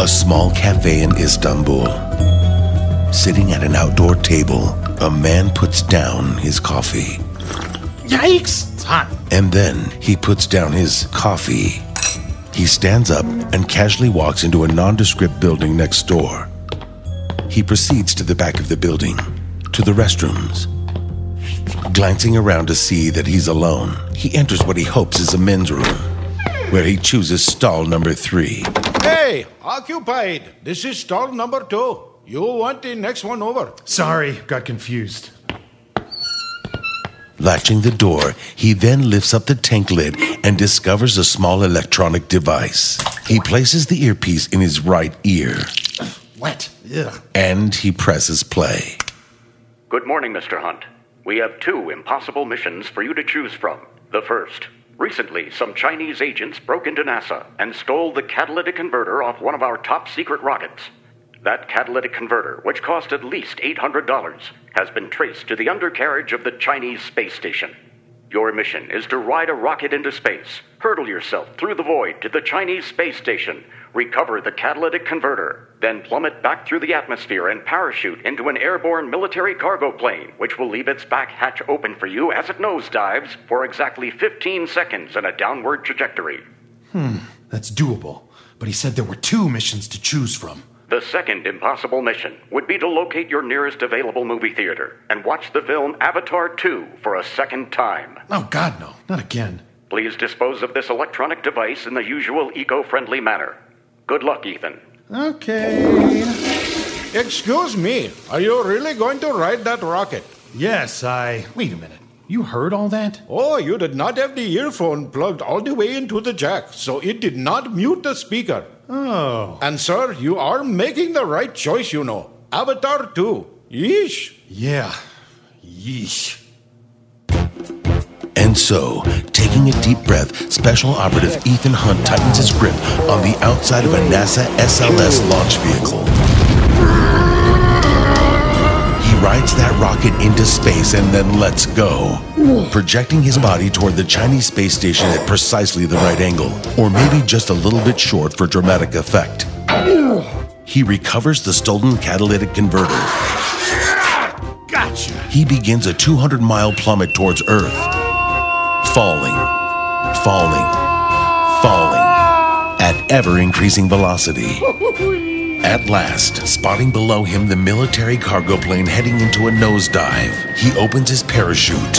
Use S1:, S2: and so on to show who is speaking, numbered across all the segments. S1: a small cafe in Istanbul. Sitting at an outdoor table, a man puts down his coffee.
S2: Yikes! It's hot.
S1: And then he puts down his coffee. He stands up and casually walks into a nondescript building next door. He proceeds to the back of the building, to the restrooms. Glancing around to see that he's alone, he enters what he hopes is a men's room, where he chooses stall number three.
S3: Hey, occupied. This is stall number two. You want the next one over.
S2: Sorry, got confused.
S1: Latching the door, he then lifts up the tank lid and discovers a small electronic device. He places the earpiece in his right ear
S2: Wet. Ugh.
S1: and he presses play.
S4: Good morning, Mr. Hunt. We have two impossible missions for you to choose from. The first. Recently, some Chinese agents broke into NASA and stole the catalytic converter off one of our top secret rockets. That catalytic converter, which cost at least $800, has been traced to the undercarriage of the Chinese space station. Your mission is to ride a rocket into space, hurtle yourself through the void to the Chinese space station, recover the catalytic converter, then plummet back through the atmosphere and parachute into an airborne military cargo plane, which will leave its back hatch open for you as it nosedives for exactly 15 seconds in a downward trajectory.
S2: Hmm, That's doable. But he said there were two missions to choose from.
S4: The second impossible mission would be to locate your nearest available movie theater and watch the film Avatar 2 for a second time.
S2: Oh, God, no. Not again.
S4: Please dispose of this electronic device in the usual eco friendly manner. Good luck, Ethan.
S2: Okay.
S3: Excuse me. Are you really going to ride that rocket?
S2: Yes, I. Wait a minute. You heard all that?
S3: Oh, you did not have the earphone plugged all the way into the jack, so it did not mute the speaker.
S2: Oh.
S3: And sir, you are making the right choice, you know. Avatar 2. Yeesh.
S2: Yeah. Yeesh.
S1: And so, taking a deep breath, Special Operative Ethan Hunt tightens his grip on the outside of a NASA SLS launch vehicle. He rides that rocket into space and then lets go, projecting his body toward the Chinese space station at precisely the right angle, or maybe just a little bit short for dramatic effect. He recovers the stolen catalytic converter
S2: Gotcha.
S1: he begins a 200 mile plummet towards Earth. Falling, falling, falling at ever increasing velocity. At last, spotting below him the military cargo plane heading into a nosedive, he opens his parachute.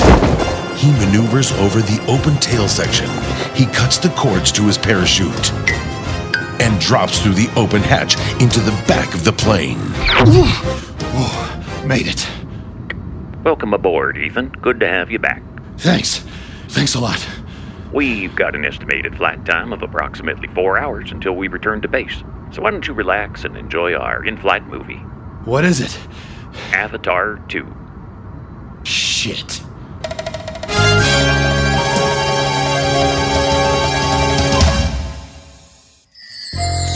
S1: He maneuvers over the open tail section. He cuts the cords to his parachute and drops through the open hatch into the back of the plane.
S2: Made it.
S5: Welcome aboard, Ethan. Good to have you back.
S2: Thanks. Thanks a lot.
S5: We've got an estimated flight time of approximately four hours until we return to base. So why don't you relax and enjoy our in flight movie,
S2: What is it?
S5: Avatar 2.
S2: Shit.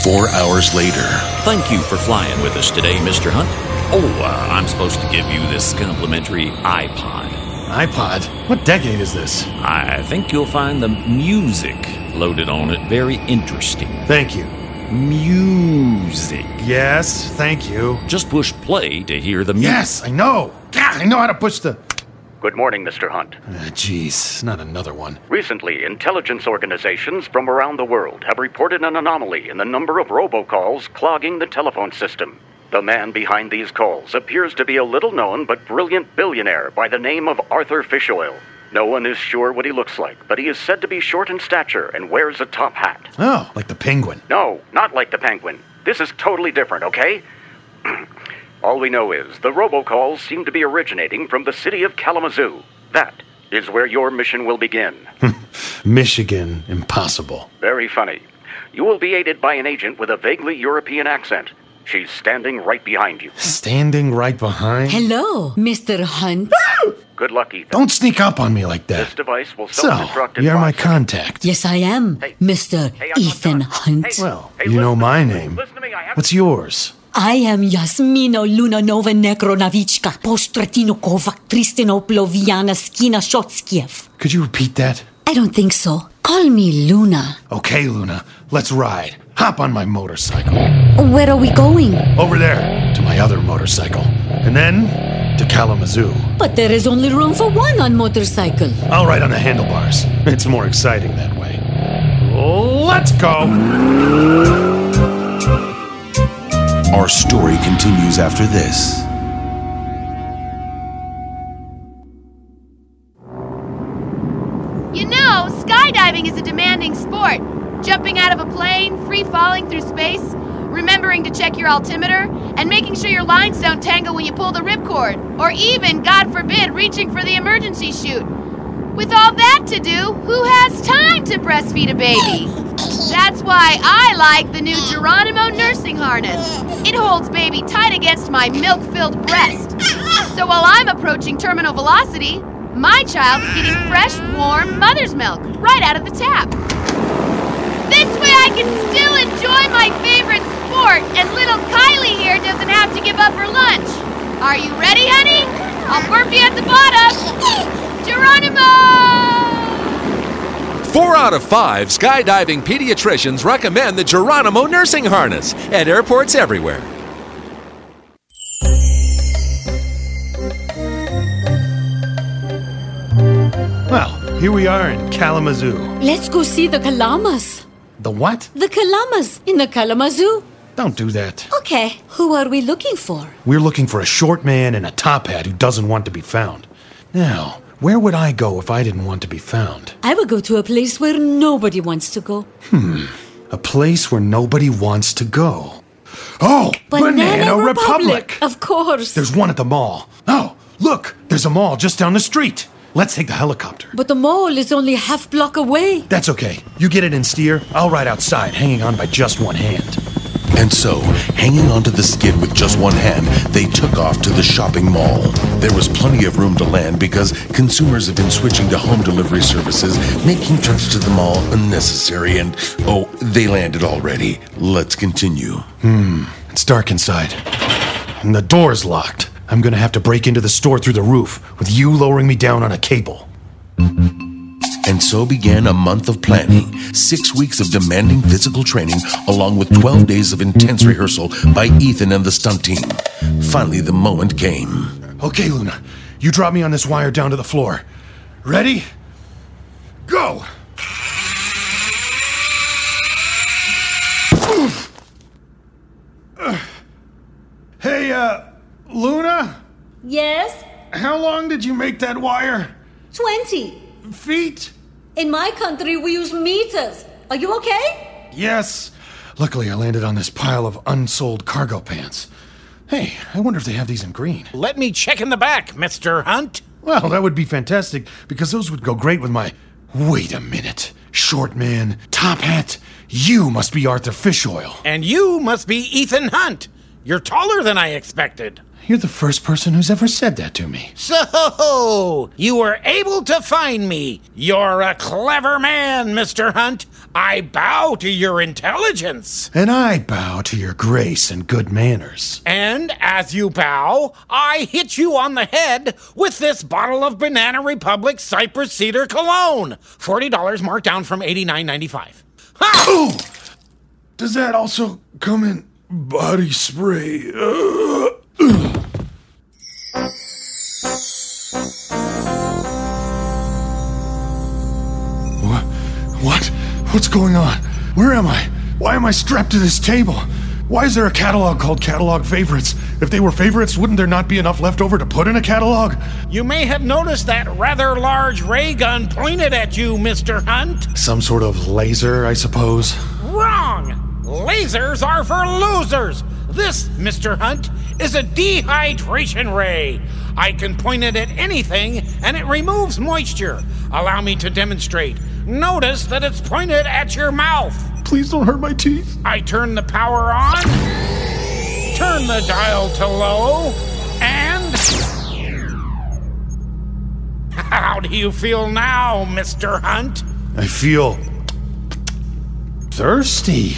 S1: Four hours later,
S6: Thank you for flying with us today, Mr. Hunt. Oh, uh, I'm supposed to give you this complimentary iPod.
S2: iPod? What decade is this?
S6: I think you'll find the music loaded on it very interesting.
S2: Thank you.
S6: Music.
S2: Yes, thank you.
S6: Just push play to hear the music.
S2: Yes, I know. God, I know how to push the.
S4: Good morning, Mr. Hunt.
S2: Ah, Jeez, not another one.
S4: Recently, intelligence organizations from around the world have reported an anomaly in the number of robocalls clogging the telephone system. The man behind these calls appears to be a little known but brilliant billionaire by the name of Arthur Fishoil. No one is sure what he looks like, but he is said to be short in stature and wears a top hat.
S2: Oh, like the penguin.
S4: No, not like the penguin. This is totally different, okay? All we know is the robocalls seem to be originating from the city of Kalamazoo. That is where your mission will begin.
S2: Michigan, impossible.
S4: Very funny. You will be aided by an agent with a vaguely European accent. She's standing right behind you.
S2: Standing right behind.
S7: Hello, Mr. Hunt.
S4: Good luck, Ethan.
S2: Don't sneak up on me like
S4: This
S2: that.
S4: device will
S2: So,
S4: self-destruct in
S2: you're my
S4: five seconds.
S2: contact.
S7: yes, I am, Mr.
S4: Hey, I'm not
S7: Ethan
S4: done.
S7: Hunt.
S4: Hey.
S2: Well,
S4: Hey,
S2: you know
S4: listen to
S2: my
S4: me.
S2: name.
S4: Listen to me. I haven't-
S2: What's yours?
S7: I am Yasmino Lunanova Nekronavichka, Postratinokovac Tristinoplov Yana Skina Shotskiev.
S2: Could you repeat that?
S7: I don't think so. Call me Luna.
S2: Okay, Luna, let's ride. Hop on my motorcycle.
S7: Where are we going?
S2: Over there, to my other motorcycle. And then, to Kalamazoo.
S7: But there is only room for one on motorcycle.
S2: I'll ride on the handlebars. It's more exciting that way. Let's go!
S1: Our story continues after this.
S8: You know, skydiving is a demanding sport. Jumping out of a plane, free falling through space, remembering to check your altimeter, and making sure your lines don't tangle when you pull the ripcord, or even, God forbid, reaching for the emergency chute. With all that to do, who has time to breastfeed a baby? That's why I like the new Geronimo nursing harness. It holds baby tight against my milk filled breast. So while I'm approaching terminal velocity, my child is getting fresh, warm mother's milk right out of the tap. This way I can still enjoy my favorite sport, and little Kylie here doesn't have to give up her lunch. Are you ready, honey? I'll burp you at the bottom. Geronimo!
S9: Four out of five skydiving pediatricians recommend the Geronimo nursing harness at airports everywhere.
S2: Well, here we are in Kalamazoo.
S7: Let's go see the Kalamas.
S2: The what?
S7: The Kalamas in the Kalamazoo.
S2: Don't do that.
S7: Okay, who are we looking for?
S2: We're looking for a short man in a top hat who doesn't want to be found. Now, where would I go if I didn't want to be found?
S7: I will go to a place where nobody wants to go.
S2: Hmm. A place where nobody wants to go. Oh,
S7: Of course.
S2: There's one at the mall. Oh, look, there's a mall just down the street. Let's take the helicopter.
S7: But the mall is only half block away.
S2: That's okay. You get it in steer. I'll ride outside, hanging on by just one hand.
S1: And so, hanging onto the skid with just one hand, they took off to the shopping mall. There was plenty of room to land because consumers have been switching to home delivery services, making trips to the mall unnecessary. And oh, they landed already. Let's continue.
S2: Hmm, It's dark inside, and the door's locked. I'm gonna have to break into the store through the roof, with you lowering me down on a cable.
S1: And so began a month of planning, six weeks of demanding physical training, along with 12 days of intense rehearsal by Ethan and the stunt team. Finally, the moment came.
S2: Okay, Luna, you drop me on this wire down to the floor. Ready? Go! Oof. Ugh. Hey, uh, Luna?
S7: Yes,
S2: How long did you make that wire?
S7: 20.
S2: Feet?
S7: In my country, we use meters. Are you okay?
S2: Yes. Luckily, I landed on this pile of unsold cargo pants. Hey, I wonder if they have these in green.
S10: Let me check in the back, Mr. Hunt.
S2: Well, that would be fantastic because those would go great with my. Wait a minute. Short man, top hat, you must be Arthur Fish Oil.
S10: And you must be Ethan Hunt. You're taller than I expected.
S2: You're the first person who's ever said that to me.
S10: So, you were able to find me. You're a clever man, Mr. Hunt. I bow to your intelligence.
S2: And I bow to your grace and good manners.
S10: And as you bow, I hit you on the head with this bottle of Banana Republic Cypress Cedar Cologne. $40 marked down from $89.95. Ha!
S2: Does that also come in body spray? What? What? What's going on? Where am I? Why am I strapped to this table? Why is there a catalog called Catalog Favorites? If they were favorites, wouldn't there not be enough left over to put in a catalog?
S10: You may have noticed that rather large ray gun pointed at you, Mr. Hunt.
S2: Some sort of laser, I suppose.
S10: Wrong! Lasers are for losers! This, Mr. Hunt, is a dehydration ray. I can point it at anything and it removes moisture. Allow me to demonstrate. Notice that it's pointed at your mouth.
S2: Please don't hurt my teeth.
S10: I turn the power on, turn the dial to low, and. How do you feel now, Mr. Hunt?
S2: I feel thirsty.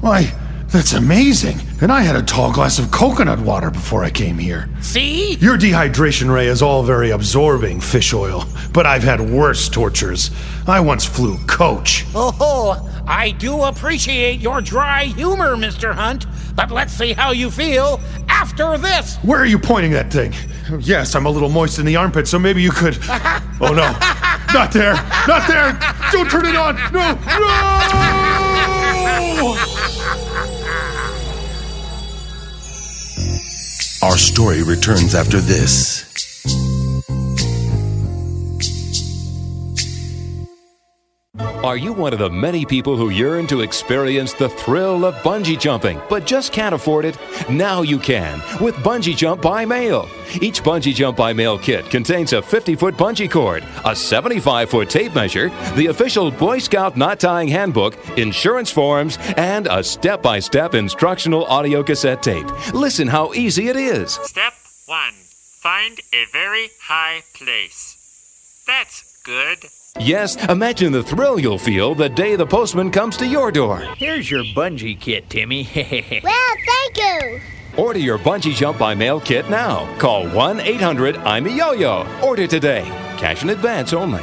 S2: Why, That's amazing. And I had a tall glass of coconut water before I came here.
S10: See?
S2: Your dehydration ray is all very absorbing, fish oil, but I've had worse tortures. I once flew coach.
S10: Oh, I do appreciate your dry humor, Mr. Hunt, but let's see how you feel after this.
S2: Where are you pointing that thing? Yes, I'm a little moist in the armpit, so maybe you could. Oh no. Not there! Not there! Don't turn it on! No! No!
S1: Our story returns after this.
S11: Are you one of the many people who yearn to experience the thrill of bungee jumping but just can't afford it? Now you can with Bungee Jump by Mail. Each Bungee Jump by Mail kit contains a 50 foot bungee cord, a 75 foot tape measure, the official Boy Scout knot tying handbook, insurance forms, and a step by step instructional audio cassette tape. Listen how easy it is.
S12: Step 1. Find a very high place. That's good.
S11: Yes, imagine the thrill you'll feel the day the postman comes to your door.
S13: Here's your bungee kit, Timmy.
S14: Well, thank you.
S11: Order your bungee jump by mail kit now. Call 1 800 I'm a Yo Yo. Order today. Cash in advance only.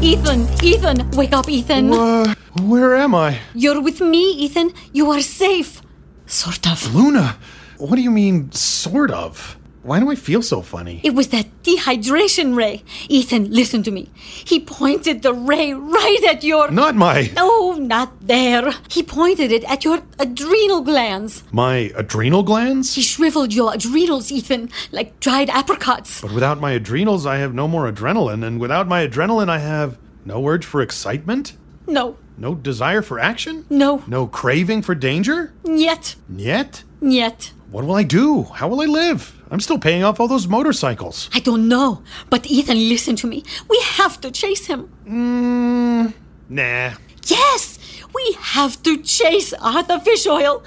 S7: Ethan, Ethan, wake up, Ethan.
S2: Uh, where am I?
S7: You're with me, Ethan. You are safe. Sort of.
S2: Luna, what do you mean, sort of? Why do I feel so funny?
S7: It was that dehydration ray. Ethan, listen to me. He pointed the ray right at your.
S2: Not my.
S7: No, not there. He pointed it at your adrenal glands.
S2: My adrenal glands?
S7: He shriveled your adrenals, Ethan, like dried apricots.
S2: But without my adrenals, I have no more adrenaline, and without my adrenaline, I have no urge for excitement?
S7: No.
S2: No desire for action?
S7: No.
S2: No craving for danger?
S7: Yet.
S2: Yet?
S7: Yet.
S2: What will I do? How will I live? I'm still paying off all those motorcycles.
S7: I don't know. But Ethan, listen to me. We have to chase him.
S2: Mm, nah.
S7: Yes! We have to chase Arthur Fish Oil.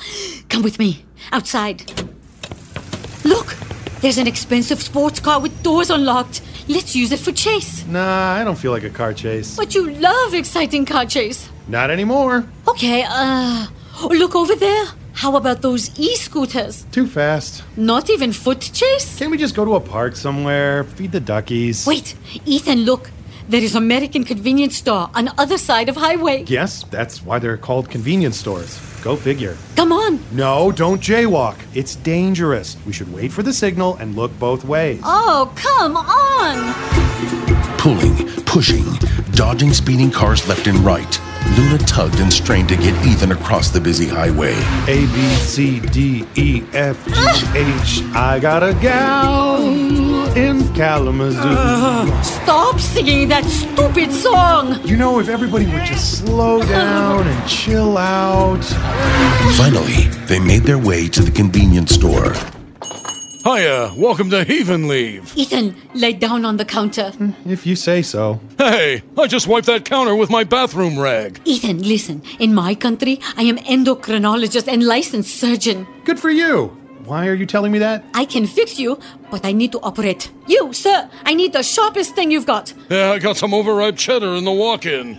S7: Come with me. Outside. Look! There's an expensive sports car with doors unlocked. Let's use it for chase.
S2: Nah, I don't feel like a car chase.
S7: But you love exciting car chase.
S2: Not anymore.
S7: Okay, uh. Look over there. How about those e scooters?
S2: Too fast.
S7: Not even foot chase?
S2: Can't we just go to a park somewhere, feed the duckies?
S7: Wait, Ethan, look. There is American convenience store on other side of highway.
S2: Yes, that's why they're called convenience stores. Go figure.
S7: Come on.
S2: No, don't jaywalk. It's dangerous. We should wait for the signal and look both ways.
S7: Oh, come on.
S1: Pulling, pushing, dodging speeding cars left and right. Luna tugged and strained to get Ethan across the busy highway.
S2: A, B, C, D, E, F, G, H. I got a gal in Kalamazoo. Uh,
S7: stop singing that stupid song!
S2: You know, if everybody would just slow down and chill out.
S1: Finally, they made their way to the convenience store.
S15: Hiya, welcome to Heathen Leave.
S7: Ethan, lay down on the counter.
S2: If you say so.
S15: Hey, I just wiped that counter with my bathroom rag.
S7: Ethan, listen. In my country, I am endocrinologist and licensed surgeon.
S2: Good for you. Why are you telling me that?
S7: I can fix you, but I need to operate. You, sir, I need the sharpest thing you've got.
S15: Yeah, I got some overripe cheddar in the walk in.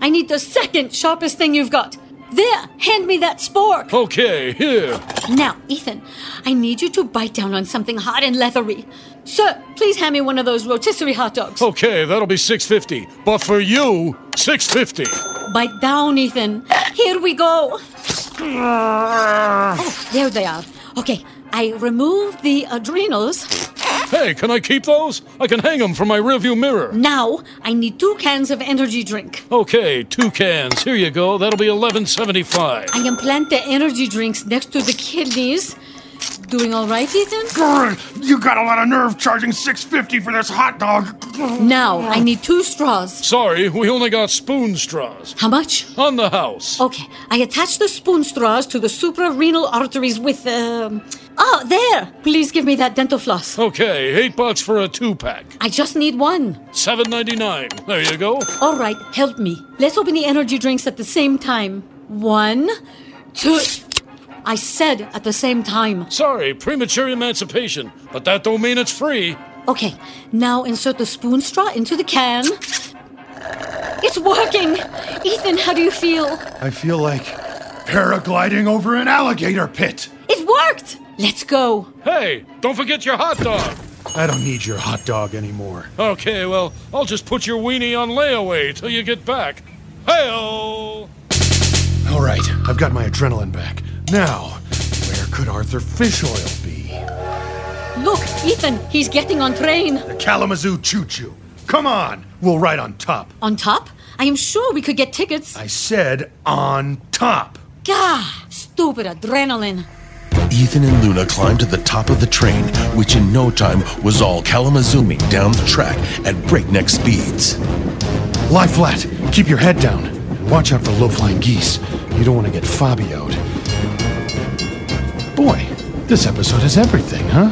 S7: I need the second sharpest thing you've got. There, hand me that spork.
S15: Okay, here.
S7: Now, Ethan, I need you to bite down on something hard and leathery. Sir, please hand me one of those rotisserie hot dogs.
S15: Okay, that'll be 650. But for you, 650.
S7: Bite down, Ethan. Here we go. Oh, there they are. Okay, I removed the adrenals.
S15: Hey, can I keep those? I can hang them from my rearview mirror.
S7: Now, I need two cans of energy drink.
S15: Okay, two cans. Here you go. That'll be 11.75.
S7: I implant the energy drinks next to the kidneys. Doing all right, Ethan?
S2: Grr, you got a lot of nerve charging 650 for this hot dog.
S7: Now, I need two straws.
S15: Sorry, we only got spoon straws.
S7: How much?
S15: On the house.
S7: Okay, I attach the spoon straws to the suprarenal arteries with um Oh, there! Please give me that dental floss.
S15: Okay, eight bucks for a two pack.
S7: I just need one.
S15: Seven ninety nine. There you go.
S7: All right, help me. Let's open the energy drinks at the same time. One, two. I said at the same time.
S15: Sorry, premature emancipation, but that don't mean it's free.
S7: Okay, now insert the spoon straw into the can. It's working! Ethan, how do you feel?
S2: I feel like paragliding over an alligator pit.
S7: It worked! Let's go.
S15: Hey, don't forget your hot dog.
S2: I don't need your hot dog anymore.
S15: Okay, well, I'll just put your weenie on layaway till you get back. Hey!
S2: All right, I've got my adrenaline back. Now, where could Arthur Fish Oil be?
S7: Look, Ethan, he's getting on train.
S2: The Kalamazoo Choo Choo. Come on, we'll ride on top.
S7: On top? I am sure we could get tickets.
S2: I said on top.
S7: Gah, stupid adrenaline.
S1: Ethan and Luna climbed to the top of the train, which in no time was all Kalamazooming down the track at breakneck speeds.
S2: Lie flat, keep your head down, and watch out for low flying geese. You don't want to get Fabioed. Boy, this episode has everything, huh?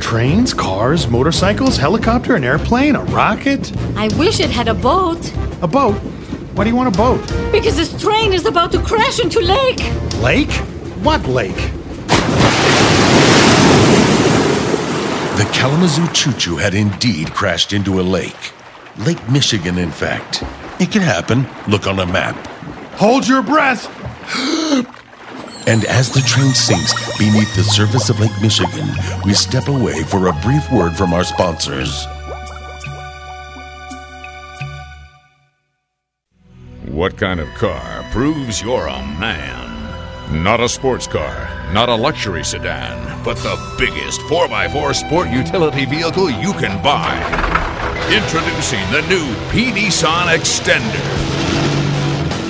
S2: Trains, cars, motorcycles, helicopter, an airplane, a rocket.
S7: I wish it had a boat.
S2: A boat? Why do you want a boat?
S7: Because this train is about to crash into lake.
S2: Lake? What lake?
S1: The Kalamazoo Choo Choo had indeed crashed into a lake. Lake Michigan, in fact. It can happen. Look on a map.
S2: Hold your breath!
S1: And as the train sinks beneath the surface of Lake Michigan, we step away for a brief word from our sponsors.
S14: What kind of car proves you're a man? Not a sports car, not a luxury sedan, but the biggest 4x4 sport utility vehicle you can buy. Introducing the new PD Son Extender.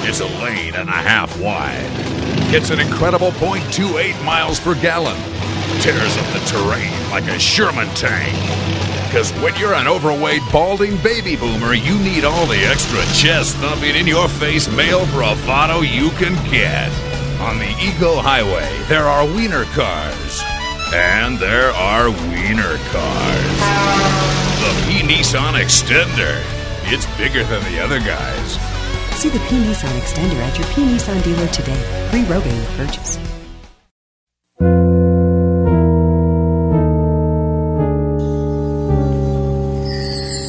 S14: It's a lane and a half wide. Gets an incredible 0.28 miles per gallon. Tears up the terrain like a Sherman tank. Because when you're an overweight, balding baby boomer, you need all the extra chest thumping in your face male bravado you can get. On the Eagle Highway, there are wiener cars. And there are wiener cars. The P Nissan Extender. It's bigger than the other guys.
S16: See the P Nissan Extender at your P Nissan dealer today. Free roading with purchase.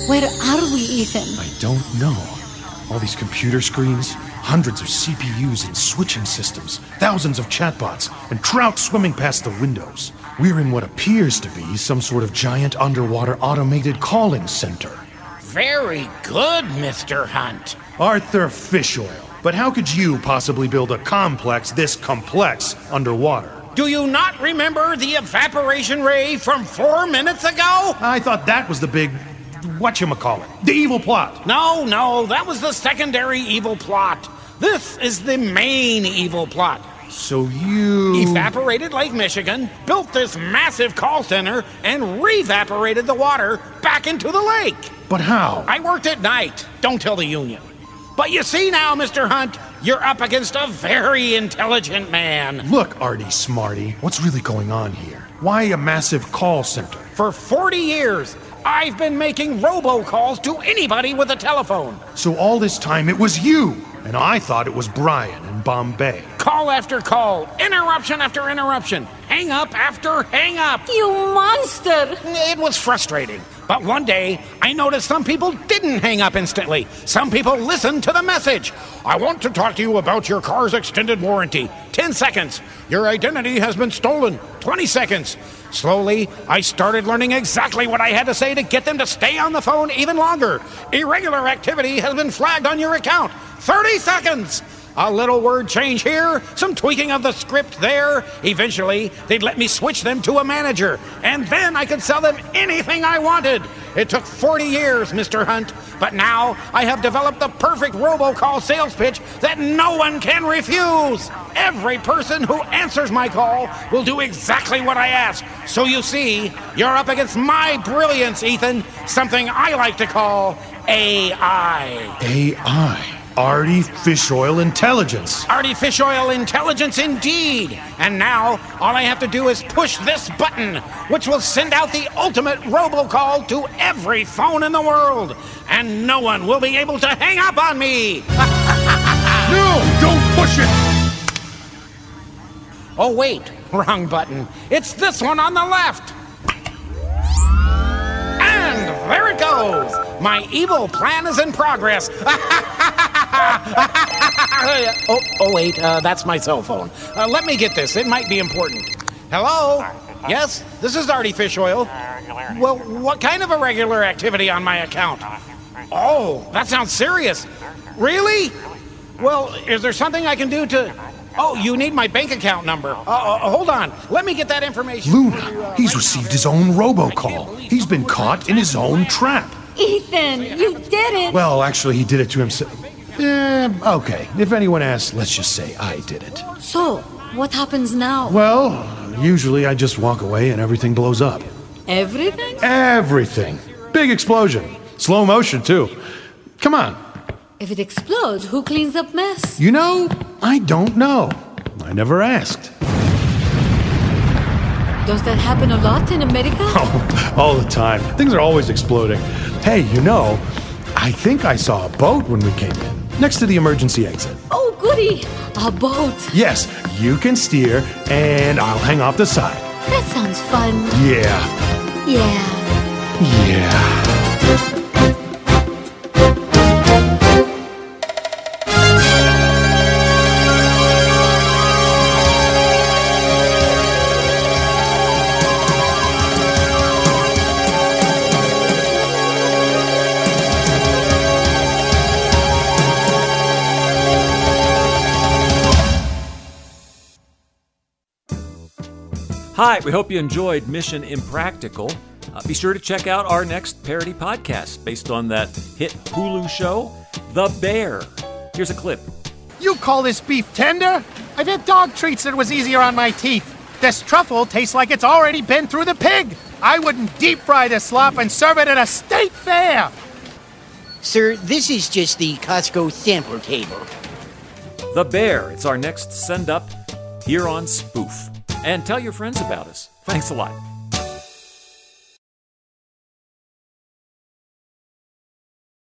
S7: Where are we, Ethan?
S2: I don't know. All these computer screens, hundreds of CPUs and switching systems, thousands of chatbots, and trout swimming past the windows. We're in what appears to be some sort of giant underwater automated calling center.
S10: Very good, Mr. Hunt.
S2: Arthur Fish Oil. But how could you possibly build a complex this complex underwater?
S10: Do you not remember the evaporation ray from four minutes ago?
S2: I thought that was the big whatchamacallit, the evil plot.
S10: No, no, that was the secondary evil plot. This is the main evil plot.
S2: So you.
S10: Evaporated Lake Michigan, built this massive call center, and revaporated the water back into the lake.
S2: But how?
S10: I worked at night. Don't tell the union. But you see now, Mr. Hunt, you're up against a very intelligent man.
S2: Look, Artie Smarty, what's really going on here? Why a massive call center?
S10: For 40 years, I've been making robocalls to anybody with a telephone.
S2: So all this time it was you, and I thought it was Brian in Bombay.
S10: Call after call, interruption after interruption, hang up after hang up.
S7: You monster!
S10: It was frustrating. But one day, I noticed some people didn't hang up instantly. Some people listened to the message. I want to talk to you about your car's extended warranty. 10 seconds. Your identity has been stolen. 20 seconds. Slowly, I started learning exactly what I had to say to get them to stay on the phone even longer. Irregular activity has been flagged on your account. 30 seconds. A little word change here, some tweaking of the script there. Eventually, they'd let me switch them to a manager, and then I could sell them anything I wanted. It took 40 years, Mr. Hunt, but now I have developed the perfect robocall sales pitch that no one can refuse. Every person who answers my call will do exactly what I ask. So you see, you're up against my brilliance, Ethan, something I like to call AI.
S2: AI. Artie Fish Oil Intelligence.
S10: Artificial intelligence indeed. And now, all I have to do is push this button, which will send out the ultimate robocall to every phone in the world. And no one will be able to hang up on me.
S2: No, don't push it!
S10: oh, wait, wrong button. It's this one on the left. And there it goes. My evil plan is in progress. oh, oh, wait, uh, that's my cell phone. Uh, let me get this. It might be important. Hello? Yes, this is Artie Fish Oil. Well, what kind of irregular activity on my account? Oh, that sounds serious. Really? Well, is there something I can do to. Oh, you need my bank account number. Uh, uh, hold on. Let me get that information.
S2: Luna, he's received his own robocall. He's been caught in his own trap.
S7: Ethan, you did it.
S2: Well, actually, he did it to himself. Eh, okay. If anyone asks, let's just say I did it.
S7: So, what happens now?
S2: Well, usually I just walk away and everything blows up.
S7: Everything?
S2: Everything. Big explosion. Slow motion, too. Come on.
S7: If it explodes, who cleans up mess?
S2: You know, I don't know. I never asked.
S7: Does that happen a lot in America?
S2: Oh, all the time. Things are always exploding. Hey, you know, I think I saw a boat when we came in, next to the emergency exit.
S7: Oh, goody! A boat.
S2: Yes, you can steer, and I'll hang off the side.
S7: That sounds fun.
S2: Yeah,
S7: Yeah.
S2: yeah.
S17: Hi, we hope you enjoyed Mission Impractical. Uh, be sure to check out our next parody podcast based on that hit Hulu show, The Bear. Here's a clip.
S18: You call this beef tender? I've had dog treats that was easier on my teeth. This truffle tastes like it's already been through the pig. I wouldn't deep fry this slop and serve it at a state fair.
S19: Sir, this is just the Costco sampler table.
S17: The Bear. It's our next send up here on Spoof. And tell your friends about us. Thanks a lot.